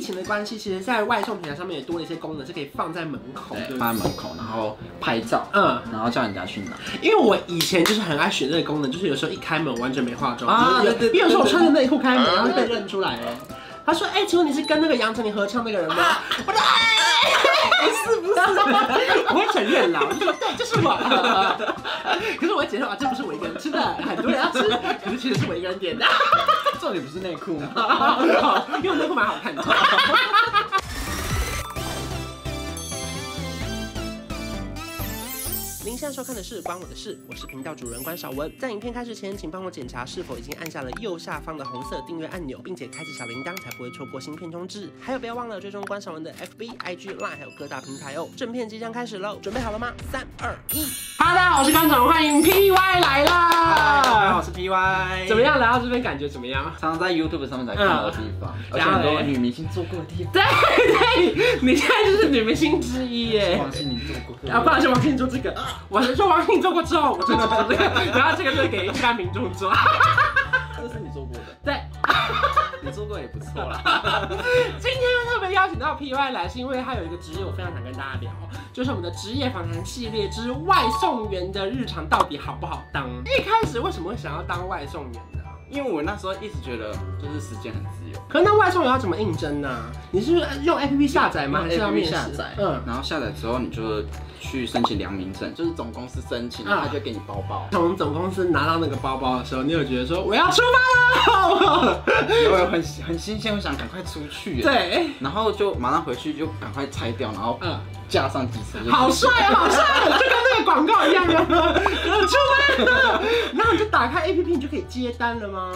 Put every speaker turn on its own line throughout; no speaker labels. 情的关系，其实在外送平台上面也多了一些功能，是可以放在门口
对，
的。
放在门口，然后拍照，
嗯，
然后叫人家去拿。
因为我以前就是很爱选这个功能，就是有时候一开门完全没化妆
啊
有
对对
因为有时候我
对对
穿着内裤开门，
嗯
然后就被认出来哎。他说：“哎、请问你是跟那个杨丞琳合唱那个人吗？” 我说：“哎，不是不是，我会承认啦，我就说对，就是我。可是我会解释啊，这不是我一个人吃的，很多人要吃，可是其实是我一个人点的。
重点不是内裤吗？
因为我内裤蛮好看的。您现在收看的是《关我的事》，我是频道主人关少文。在影片开始前，请帮我检查是否已经按下了右下方的红色订阅按钮，并且开启小铃铛，才不会错过新片通知。还有，不要忘了追踪关少文的 FB、IG、Line，还有各大平台哦。正片即将开始喽，准备好了吗？三、二、一。哈喽，大家好，我是关少文，欢迎 PY 来
大家好，我
啦。
是 PY。
怎么？样？来到这边感觉怎么样？
常常在 YouTube 上面才看到的地 方，而且
然后
很多
嘞
女明星做过的地方，
对对，你现在就是女明星之一耶。
王心凌做过 的地
啊，不
方。
然是王心凌做这个，我是说王心凌做过之后，我真的做这个，然后这个是给一般民众做。
这是你做过的，
对，
你做过也不错啦。
今天又特别邀请到 PY 来，是因为他有一个职业我非常想跟大家聊，就是我们的职业访谈系列之外送员的日常到底好不好当？一开始为什么会想要当外送员呢？
因为我那时候一直觉得就是时间很自由，
可是那外送员要怎么应征呢、你是用 APP 下载吗？还是要
APP
面试
下载，
嗯。
然后下载之后你就去申请良民证，就是总公司申请，
啊
他就给你包包。
从总公司拿到那个包包的时候，你有觉得说我要出发了？
我很很新鲜，我想赶快出去。。
对，
然后就马上回去，就赶快拆掉，然后
嗯。
架上机车就。
好帅啊，好帅啊，就跟那个广告一样，有没有 出来了，然后你就打开 APP，你就可以接单了吗？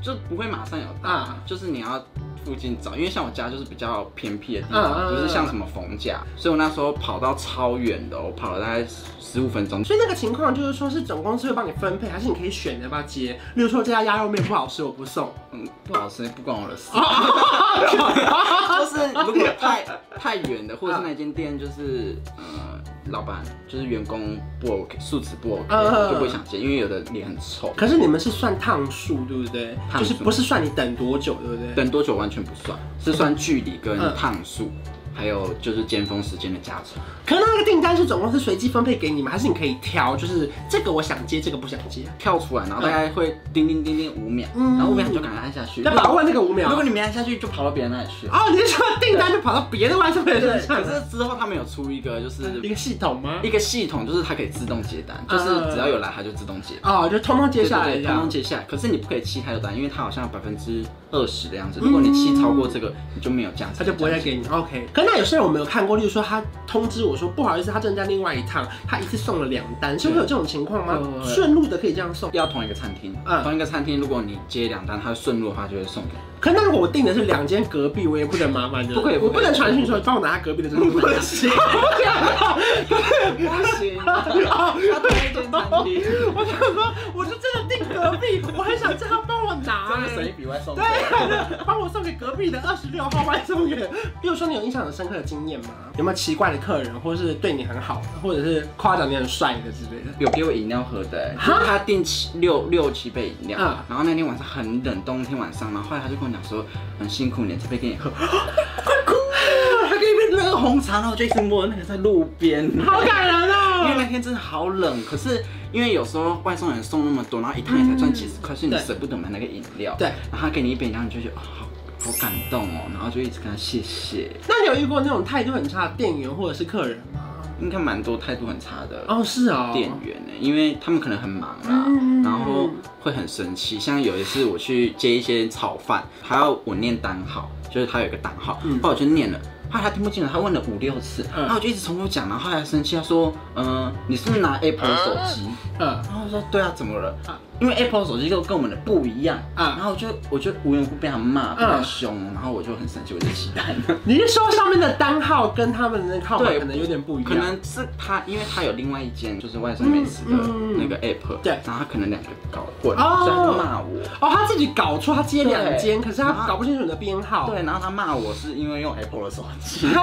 就不会马上有到，
啊
就是你要附近找，因为像我家就是比较偏僻的地
嗯嗯
方，
嗯
不是像什么逢甲，所以我那时候跑到超远的哦，我跑了大概十五分钟。
所以那个情况就是说，是总公司会帮你分配，还是你可以选要不要接？例如说这家鸭肉面不好吃，我不送。
嗯，不好吃，不关我的事。
哦
就是如果 太太远的，或
嗯
者是那间店就是呃，老板就是员工不 OK，素质不 OK，
嗯嗯嗯
就不会想接，因为有的脸很臭。
可是你们是算趟数，对不对？
趟
就
数
是不是算你等多久，对不对？
等多久完全不算，是算距离跟
嗯
趟数，还有就是尖峰时间的加成。
可是那个订单是总公司随机分配给你们，还是你可以挑？就是这个我想接，这个不想接。
跳出来，然后大概会叮叮叮叮五秒，
嗯
然后五秒你就赶快按下去。
要把握那个五秒
如。果你没按下去，就跑到别人那里去。
哦，你是说订单就跑到别的外送员
啊对，
身上
可
了？
是嗯之后他们有出一个，就是
一个系统吗？
一个系统，就是它可以自动接单，
嗯
就是只要有来它就自动接。
哦，就通通接下来
对
这
对对通
样
通。接下来。可是你不可以七太多单，因为它好像百分之二十的样子。如果你七超过这个，嗯你就没有价值，
他就不会再给你。OK，可那有些人我没有看过，例如说他通知我说不好意思，他正在另外一趟，他一次送了两单，是会有这种情况
会会
吗？
会
顺路的可以这样送，
要同一个餐厅
嗯，
同一个餐厅，如果你接两单，它顺路的话就会送给你。
可那如果我订的是两间隔壁，我也不能麻烦人，
不可以
我不
不可以
能传讯说帮我拿他隔壁的这个，不 行，
不行， 他同 一间餐厅，
我想说，我就真的订隔壁，我很想叫他帮我拿、
真的省一
欸。
笔外送 费。
对，帮我送给隔壁的二十六号外送员。比如说，你有印象很深刻的经验吗？有没有奇怪的客人，或是对你很好的，或者是夸奖你很帅的之类的？
有给我饮料喝的、欸，
哈
就是他订七六六七杯饮料，
嗯
然后那天晚上很冷，冬天晚上，然后后来他就跟我讲说，很辛苦你了，这杯给你喝， 他给一杯热红茶，然后我就一直摸那个在路边，因
好感人哦、
为那天真的好冷，可是因为有时候外送人送那么多，然后一趟也才赚几十块，所以你
对
舍不得买那个饮料，
对，
然后他给你一杯饮料，你就觉得哦好好感动哦，然后就一直跟他谢谢，
那你有遇过那种态度很差的店员或者是客人吗？
应该蛮多态度很差的
哦，是哦，
店员呢、因为他们可能很忙啦，
嗯
然后会很生气。像有一次我去接一些炒饭，他要我念单号，就是他有一个单号，
嗯
后来我就念了。后来他听不进来，他问了五六次，
嗯
然后我就一直重复讲，然后他还生气，他说：“嗯、你是不是拿 Apple 手机？”
嗯，
然后我说：“对啊，怎么了
啊？”
因为 Apple 手机跟跟我们的不一样
啊
然后我就我就无缘无故被他
嗯
骂，被他凶，然后我就很生气，我就起单了。
你是说上面的单号跟他们的号码
对
可能有点不一样？
可能是他，因为他有另外一间就是外送美食的
嗯嗯
那个 app，、
对
然后他可能两个搞混，
哦
所以他骂我。
哦，他自己搞错，他接两间，
对
可是他搞不清楚你的编号。
对，然后他骂我是因为用 Apple 的手机，
啊，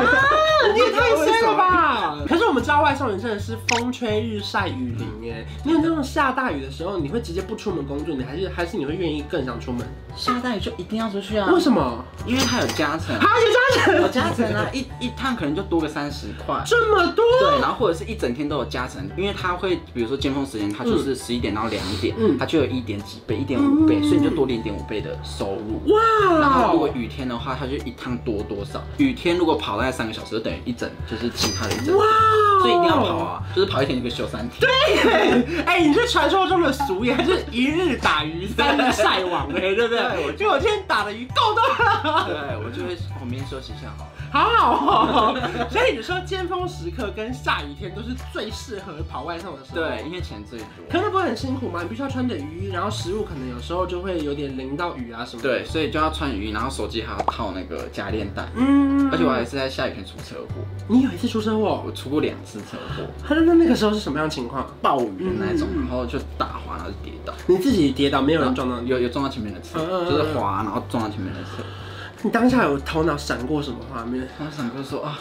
你也太衰了吧！ 可是我们知道外送人真的是风吹日晒雨淋哎，你有那种下大雨的时候，你会直接不出门工作，你还是还是你会愿意更想出门？
下大雨就一定要出去啊
为，什么？
因为它有加成，
哈，嗯有加成，
有加成啊，一一趟可能就多个三十块。
这么多？
对，然后或者是一整天都有加成，因为它会，比如说尖峰时间，它就是十一点到两点，
嗯
它就有一点几倍、一点五倍，
嗯
所以你就多了一点五倍的收入。然
哇哦
后如果雨天的话，它就一趟多多少？雨天如果跑大概三个小时，就等于一整，就是其他的一整，
哇！
所以一定要跑！啊，就是跑一天就可以休三 天。
哎、你是传说中的俗语，还是一日打鱼三日晒网哎、 对不
对我
对？就我今天打的鱼够多了，
对，我就会我明天休息一下好了。
好好哦。所以你说尖峰时刻跟下雨天都是最适合跑外送的时候。
对，。因为钱最
可
多。
那不会很辛苦吗？你必须要穿着雨衣，然后食物可能有时候就会有点淋到雨啊什么的。
对，，所以就要穿雨衣，然后手机还要套那个夹链带。
嗯
而且我还是在下雨天出车祸，
你有一次出车祸
我，出过两次车祸，
他那那个时候是什么样的情况？
暴雨的那种，
嗯
然后就打滑，然后就跌倒，
你自己跌倒，没有人撞到你。
有有撞到前面的车，
嗯嗯嗯
就是滑，然后撞到前面的车。
你当下有头脑闪过什么画面？
然后想哥说啊，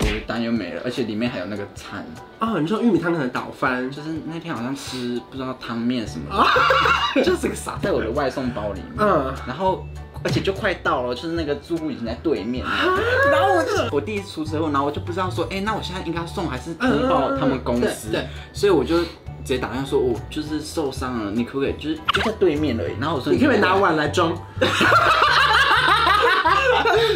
我的单又没了，而且里面还有那个餐，
啊，你说玉米汤可能倒翻，
就是那天好像吃不知道汤面什么 的，就是整个撒在我的外送包里面，
啊嗯
然后。而且就快到了，就是那个住户已经在对面了，
啊
然后我就我第一次出车祸，然后我就不知道说，哎、那我现在应该送还是通报他们公
嗯嗯
司？
嗯对对
所以我就直接打电话说，我就是受伤了，你可不可以就是就在对面而已？然后我说
你可不可以拿
我。
碗来装？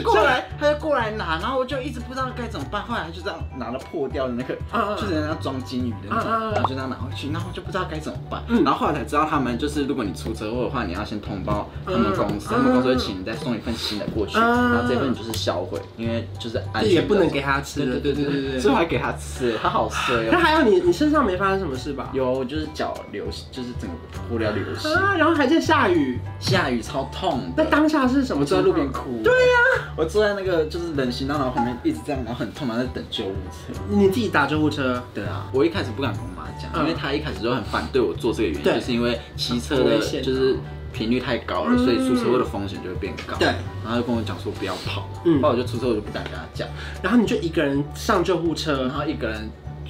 过来，他就过来拿，然后我就一直不知道该怎么办。后来他就这样拿了破掉的那个，
嗯嗯
就是人家装金鱼的那种
嗯嗯嗯，
然后就这样拿回去，然后我就不知道该怎么办。
嗯
然后后来才知道他们就是，如果你出车祸的话，你要先通报他们公司，
嗯
他们公司会请你再送一份新的过去，
嗯
然后这份你就是销毁，因为就是安
这
全
也不能
的
给他吃的，对对对对
最
对。
后还给他吃，他好衰
那
哦。
还有你，你身上没发生什么事吧？
有就是脚流血，就是整个破掉流血，
啊，然后还在下雨，
下雨超痛
那
的。
当下是什么
我
情
坐在
况？
路边哭。对
啊
呀、我坐在那个就是人行道，然后旁边一直这样，然后很痛，然后在等救护车。
你自己打救护车，
对啊，我一开始不敢跟我妈讲，
嗯
因为她一开始就很反对我做这个原因，
对
就是因为骑车
很
的
危险
就是频率太高了，
嗯
所以出车祸的风险就会变高。
对，
然后就跟我讲说不要跑，
嗯
嗯，后来我就出车祸我就不敢跟她讲，
然后你就一个人上救护
然
车，
后一个人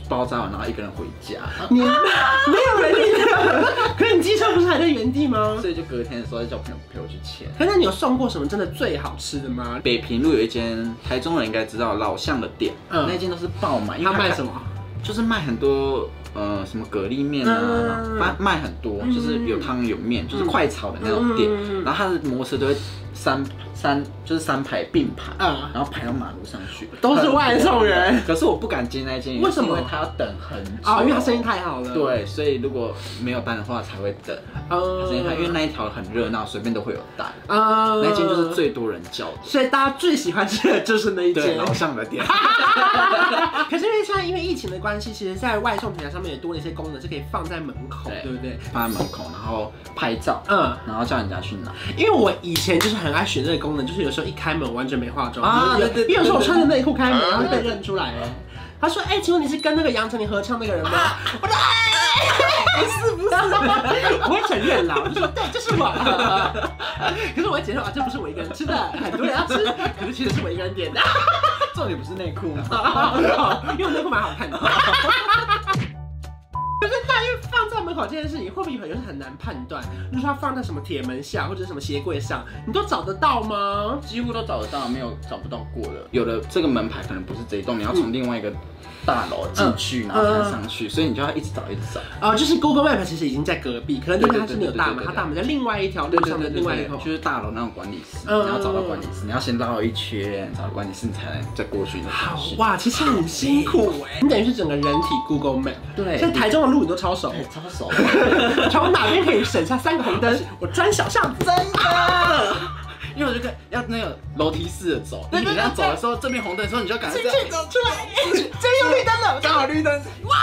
包扎完，然后一个人回家，
你没有人理的，可是你机车不是还在原地吗？
所以就隔天的时候就叫朋友陪我去签。
可是那你有送过什么真的最好吃的吗？
北平路有一间台中人应该知道老巷的店，
嗯
那间都是爆满，因为
他卖什么？
就是卖很多呃什么蛤蜊面
嗯
啊，卖、卖很多，
嗯
就是有汤有面，就是快炒的那种店。
嗯
然后它的摩托车都会三三就是三排并排，
嗯
然后排到马路上去，
都是外送人
很多。可是我不敢接那一间，
为什么
因为它要等很久。
啊，因为他生意太好了。，
对，所以如果没有单的话才会等。
呃
它生意太因为那一条很热闹，随便都会有单。
啊
那间就是，最多人叫的，
呃所以大家最喜欢吃的就是那一
对
间。啊
老巷的店。
可是因为现在因为疫情的关系，其实在外送平台上面也多了一些功能，是可以放在门口，
对
对不对？
放在门口，然后拍照，
嗯，
然后叫人家去拿。
因为我以前就是很爱选这个功能，就是有时候一开门我完全没化妆就
啊
是有
对对对
因为有时候我
对对
穿着内裤开门，然后被
对
认出来了。他说：“哎、请问你是跟那个杨丞琳合唱那个人吗？”
啊
我说：“哎， 不是不是，我会承认啦。”我 就说：“对，就是我。”可是我会解释啊，这不是我一个人吃的，很多人要 吃，可是其实是我一个人点的。
重点不是内裤吗？
因为我内裤蛮好看的。 可是大约放在门口这件事情，会不会有人很难判断？就是它放在什么铁门下，或者什么鞋柜上，你都找得到吗？
几乎都找得到，没有找不到过的。有的这个门牌可能不是这一
嗯
栋，你要从另外一个大楼进去，然后才上
嗯
去，所以你就要一直找，一直找。
啊、就是 Google Map 其实已经在隔壁，可能因为它是没有大门，
对对对对对对
它大门在另外一条路上的另外一头
就。是大楼那种管理室，
嗯
你要找到管理室，你要先绕一圈，找到管理室，你才能再过去那
好
个
哇，其实很辛苦哎、你等于是整个人体 Google Map，
对
所以台中的路你都超 熟，
哎，超熟，
从哪边可以省下三个红灯，我钻小巷子。
真的。因为我就跟要那个楼梯式的走，
对
你
对对
等下走的时候，这边红灯的时候，你就赶快这样，
走出来，这边有绿灯了，
刚好绿灯， 哇！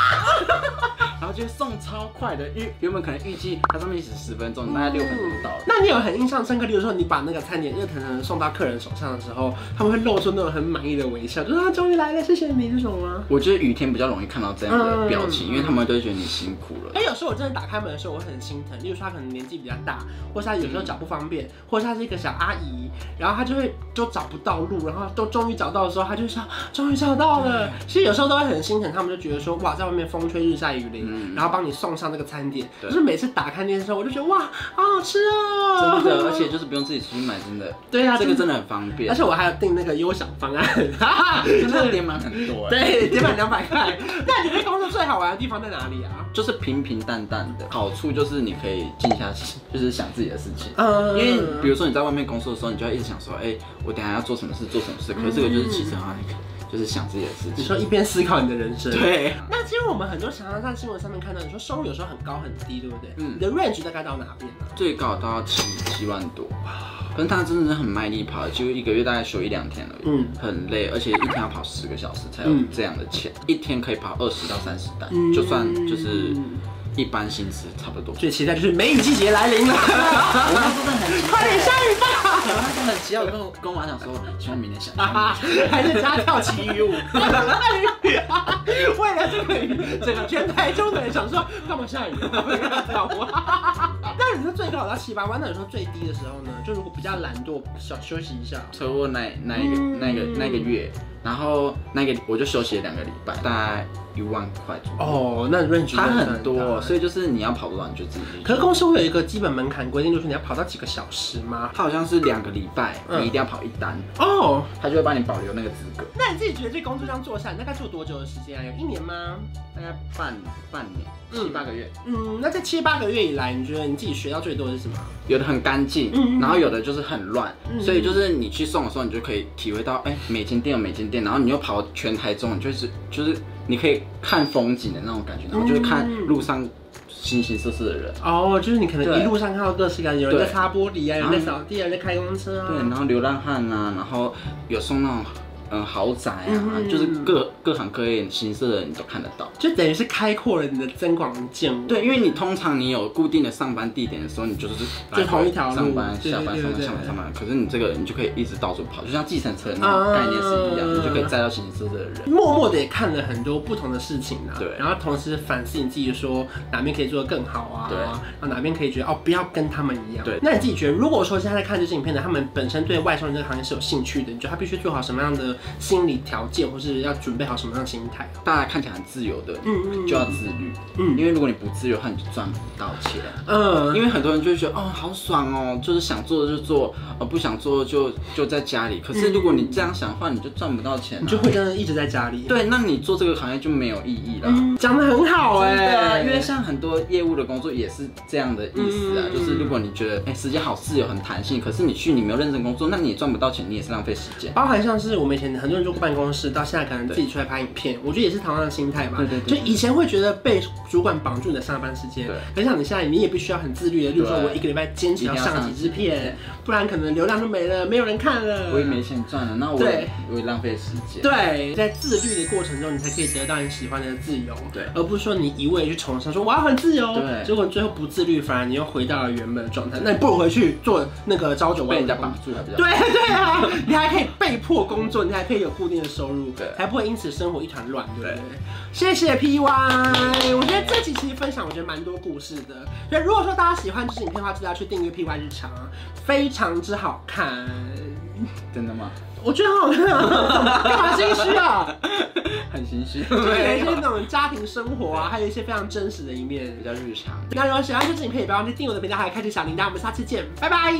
然后就送超快的，因为原本可能预计它上面写十分钟，大概六分钟就到了。
那你有很印象深刻，例如说你把那个餐点热腾腾地送到客人手上的时候，他们会露出那种很满意的微笑，就是啊终于来了，谢谢你这种吗？
我觉得雨天比较容易看到这样的表情，
嗯
因为他们都会觉得你辛苦了。
哎，有时候我真
嗯
的打开门的时候，我会很心疼。例如说，他可能年纪比较大，或是他有时候脚不方便，或是他是一个小阿
姨，然后她就会就找不到路，然后都终于找到的时候，她就说终于找到了。其实有时候都会很心疼，他们就觉得说哇，在外面风吹日晒雨淋，嗯
然后帮你送上这个餐点，
对
就是每次打开那件的时候，我就觉得哇，好好吃哦、
真的，而且就是不用自己出去买，真的，
对呀、啊，
这个
的，
真的很方便，
而且我还有订那个优享 方案，哈哈，
真的点满很多，，
对，点满两百块。那你在工作最好玩的地方在哪里啊？
就是平平淡淡的，好处就是你可以静下心，就是想自己的事情。因
嗯，
为呃比如说你在外面工作的时候，你就会一直想说，哎、我等一下要做什么事，做什么事。可是这个就是其实好像就是想自己的事
你
情。
说一边思考你的人生，。
对，
那其实我们很多常常在新闻上面看到，你说收入有时候很高很低，对不对？
嗯
你的 range 大概到哪边呢、
最高到七七万多，可是他真的是很卖力跑，就一个月大概休一两天而已，
嗯
很累，而且一天要跑十个小时才有
嗯
这样的钱，一天可以跑二十到三十单，
嗯
就算就是一般薪资差不多。
最期待就是梅雨季节来临了，
我那时候真的很急，
快点下雨吧！
我那时候很急，我跟我跟我妈讲说，希望明天下雨。
还是家跳旗语舞， 为了这个雨，整个全台中的人想说，干嘛下雨？不要跳舞。啊 但你说最高到七八万，那你说最低的时候呢？就如果比较懒惰，想休息一下，
车祸那那一个、
嗯
那个那个月，然后那个我就休息了两个礼拜，大概一万块左右。
哦，那 range
它很多，所
以。
以就是你要跑多少你就自己去。
可是公司会有一个基本门槛规定，就是你要跑到几个小时吗？
它好像是两个礼拜，
嗯
你一定要跑一单，
哦，
它就会帮你保留那个资格。
那你自己觉得这工作这样做下来，大概做多久的时间啊？有一年吗？
大概半半年，
嗯
七八个月，
嗯，那在七八个月以来，你觉得你自己学到最多的是什么？
有的很干
嗯嗯
净，然后有的就是很乱
嗯，
所以就是你去送的时候，你就可以体会到，哎，每间店有每间店，然后你又跑全台中，你就是就是你可以看风景的那种感觉，然后就是看
嗯
路上形形色色的人。
哦，就是你可能
对
一路上看到各式各样，有人
对
在擦玻璃啊，有人
然后
在扫地啊，有人在开公车啊。
对，然后流浪汉啊，然后有送那种嗯豪宅啊，
嗯
就是各各行各业形式的你都看得到。
就等于是开阔了你的增广见闻。
对，因为你通常你有固定的上班地点的时候，你就是
就同一条路
上班、
对
下班、
对对
上班、
对
下班、上班。可是你这个你就可以一直到处跑，就像计程车那种概念是一样，
啊
你就可以载到形形色色的人。
默默的也看了很多不同的事情啦，啊
对
然后同时反思你自己说哪边可以做得更好啊，
对
然后哪边可以觉得哦不要跟他们一样，
对
那你自己觉得，如果说现在在看这些影片的，他们本身对外送这个行业是有兴趣的，你觉得他必须做好什么样的心理条件，或是要准备好什么样的心态？啊
大家看起来很自由的，
嗯
就要自律，
嗯
因为如果你不自由的话，你就赚不到钱。
嗯，
因为很多人就会觉得哦，好爽哦，就是想做就做，呃，不想做就就在家里。可是如果你这样想的话，你就赚不到钱、啊，
你就会真的一直在家里，，
对，那你做这个行业就没有意义了。
嗯，讲的很好
对啊，
哎，
因为像很多业务的工作也是这样的意思啊，
嗯
就是如果你觉得哎、时间好自由很弹性，可是你去你没有认真工作，那你也赚不到钱，你也是浪费时间。
包含像是我们以前很多人住办公室，到现在可能自己出来拍影片，我觉得也是同样的心态吧。
对对对
就以前会觉得被主管绑住你的上班时间
对，
可是像你现在，你也必须要很自律的，例如说
对
我一个礼拜坚持要上几支
一定要上
片，不然可能流量就没了，没有人看了。
我也没钱赚了，啊那我
对
也我也浪费时间。
对，在自律的过程中，你才可以得到你喜欢的自由，
对
而不是说你一味地去崇尚说我要很自由，
对
结果你最后不自律，反而你又回到了原本的状态，那你不如回去做那个朝九晚
被
五
人
的
家
工作
绑住还比较。
对对啊，你还可以被迫工作，你还可以有固定的收入，
对
才不会因此生活一团乱，对不对
对？
谢谢 PY，我觉得这期其实分享我觉得蛮多故事的，所以如果说大家喜欢这支影片的话，记得要去订阅 PY 日常，非常之好看。
真的吗？
我觉得很好看啊， 干嘛心虚啊？
很心虚。
就是 有一些那种家庭生活啊，还有一些非常真实的一面。
啊比较日常。
那如果喜欢这支影片，也不要忘记订阅我的频道，还有开启小铃铛。我们下期见，拜拜。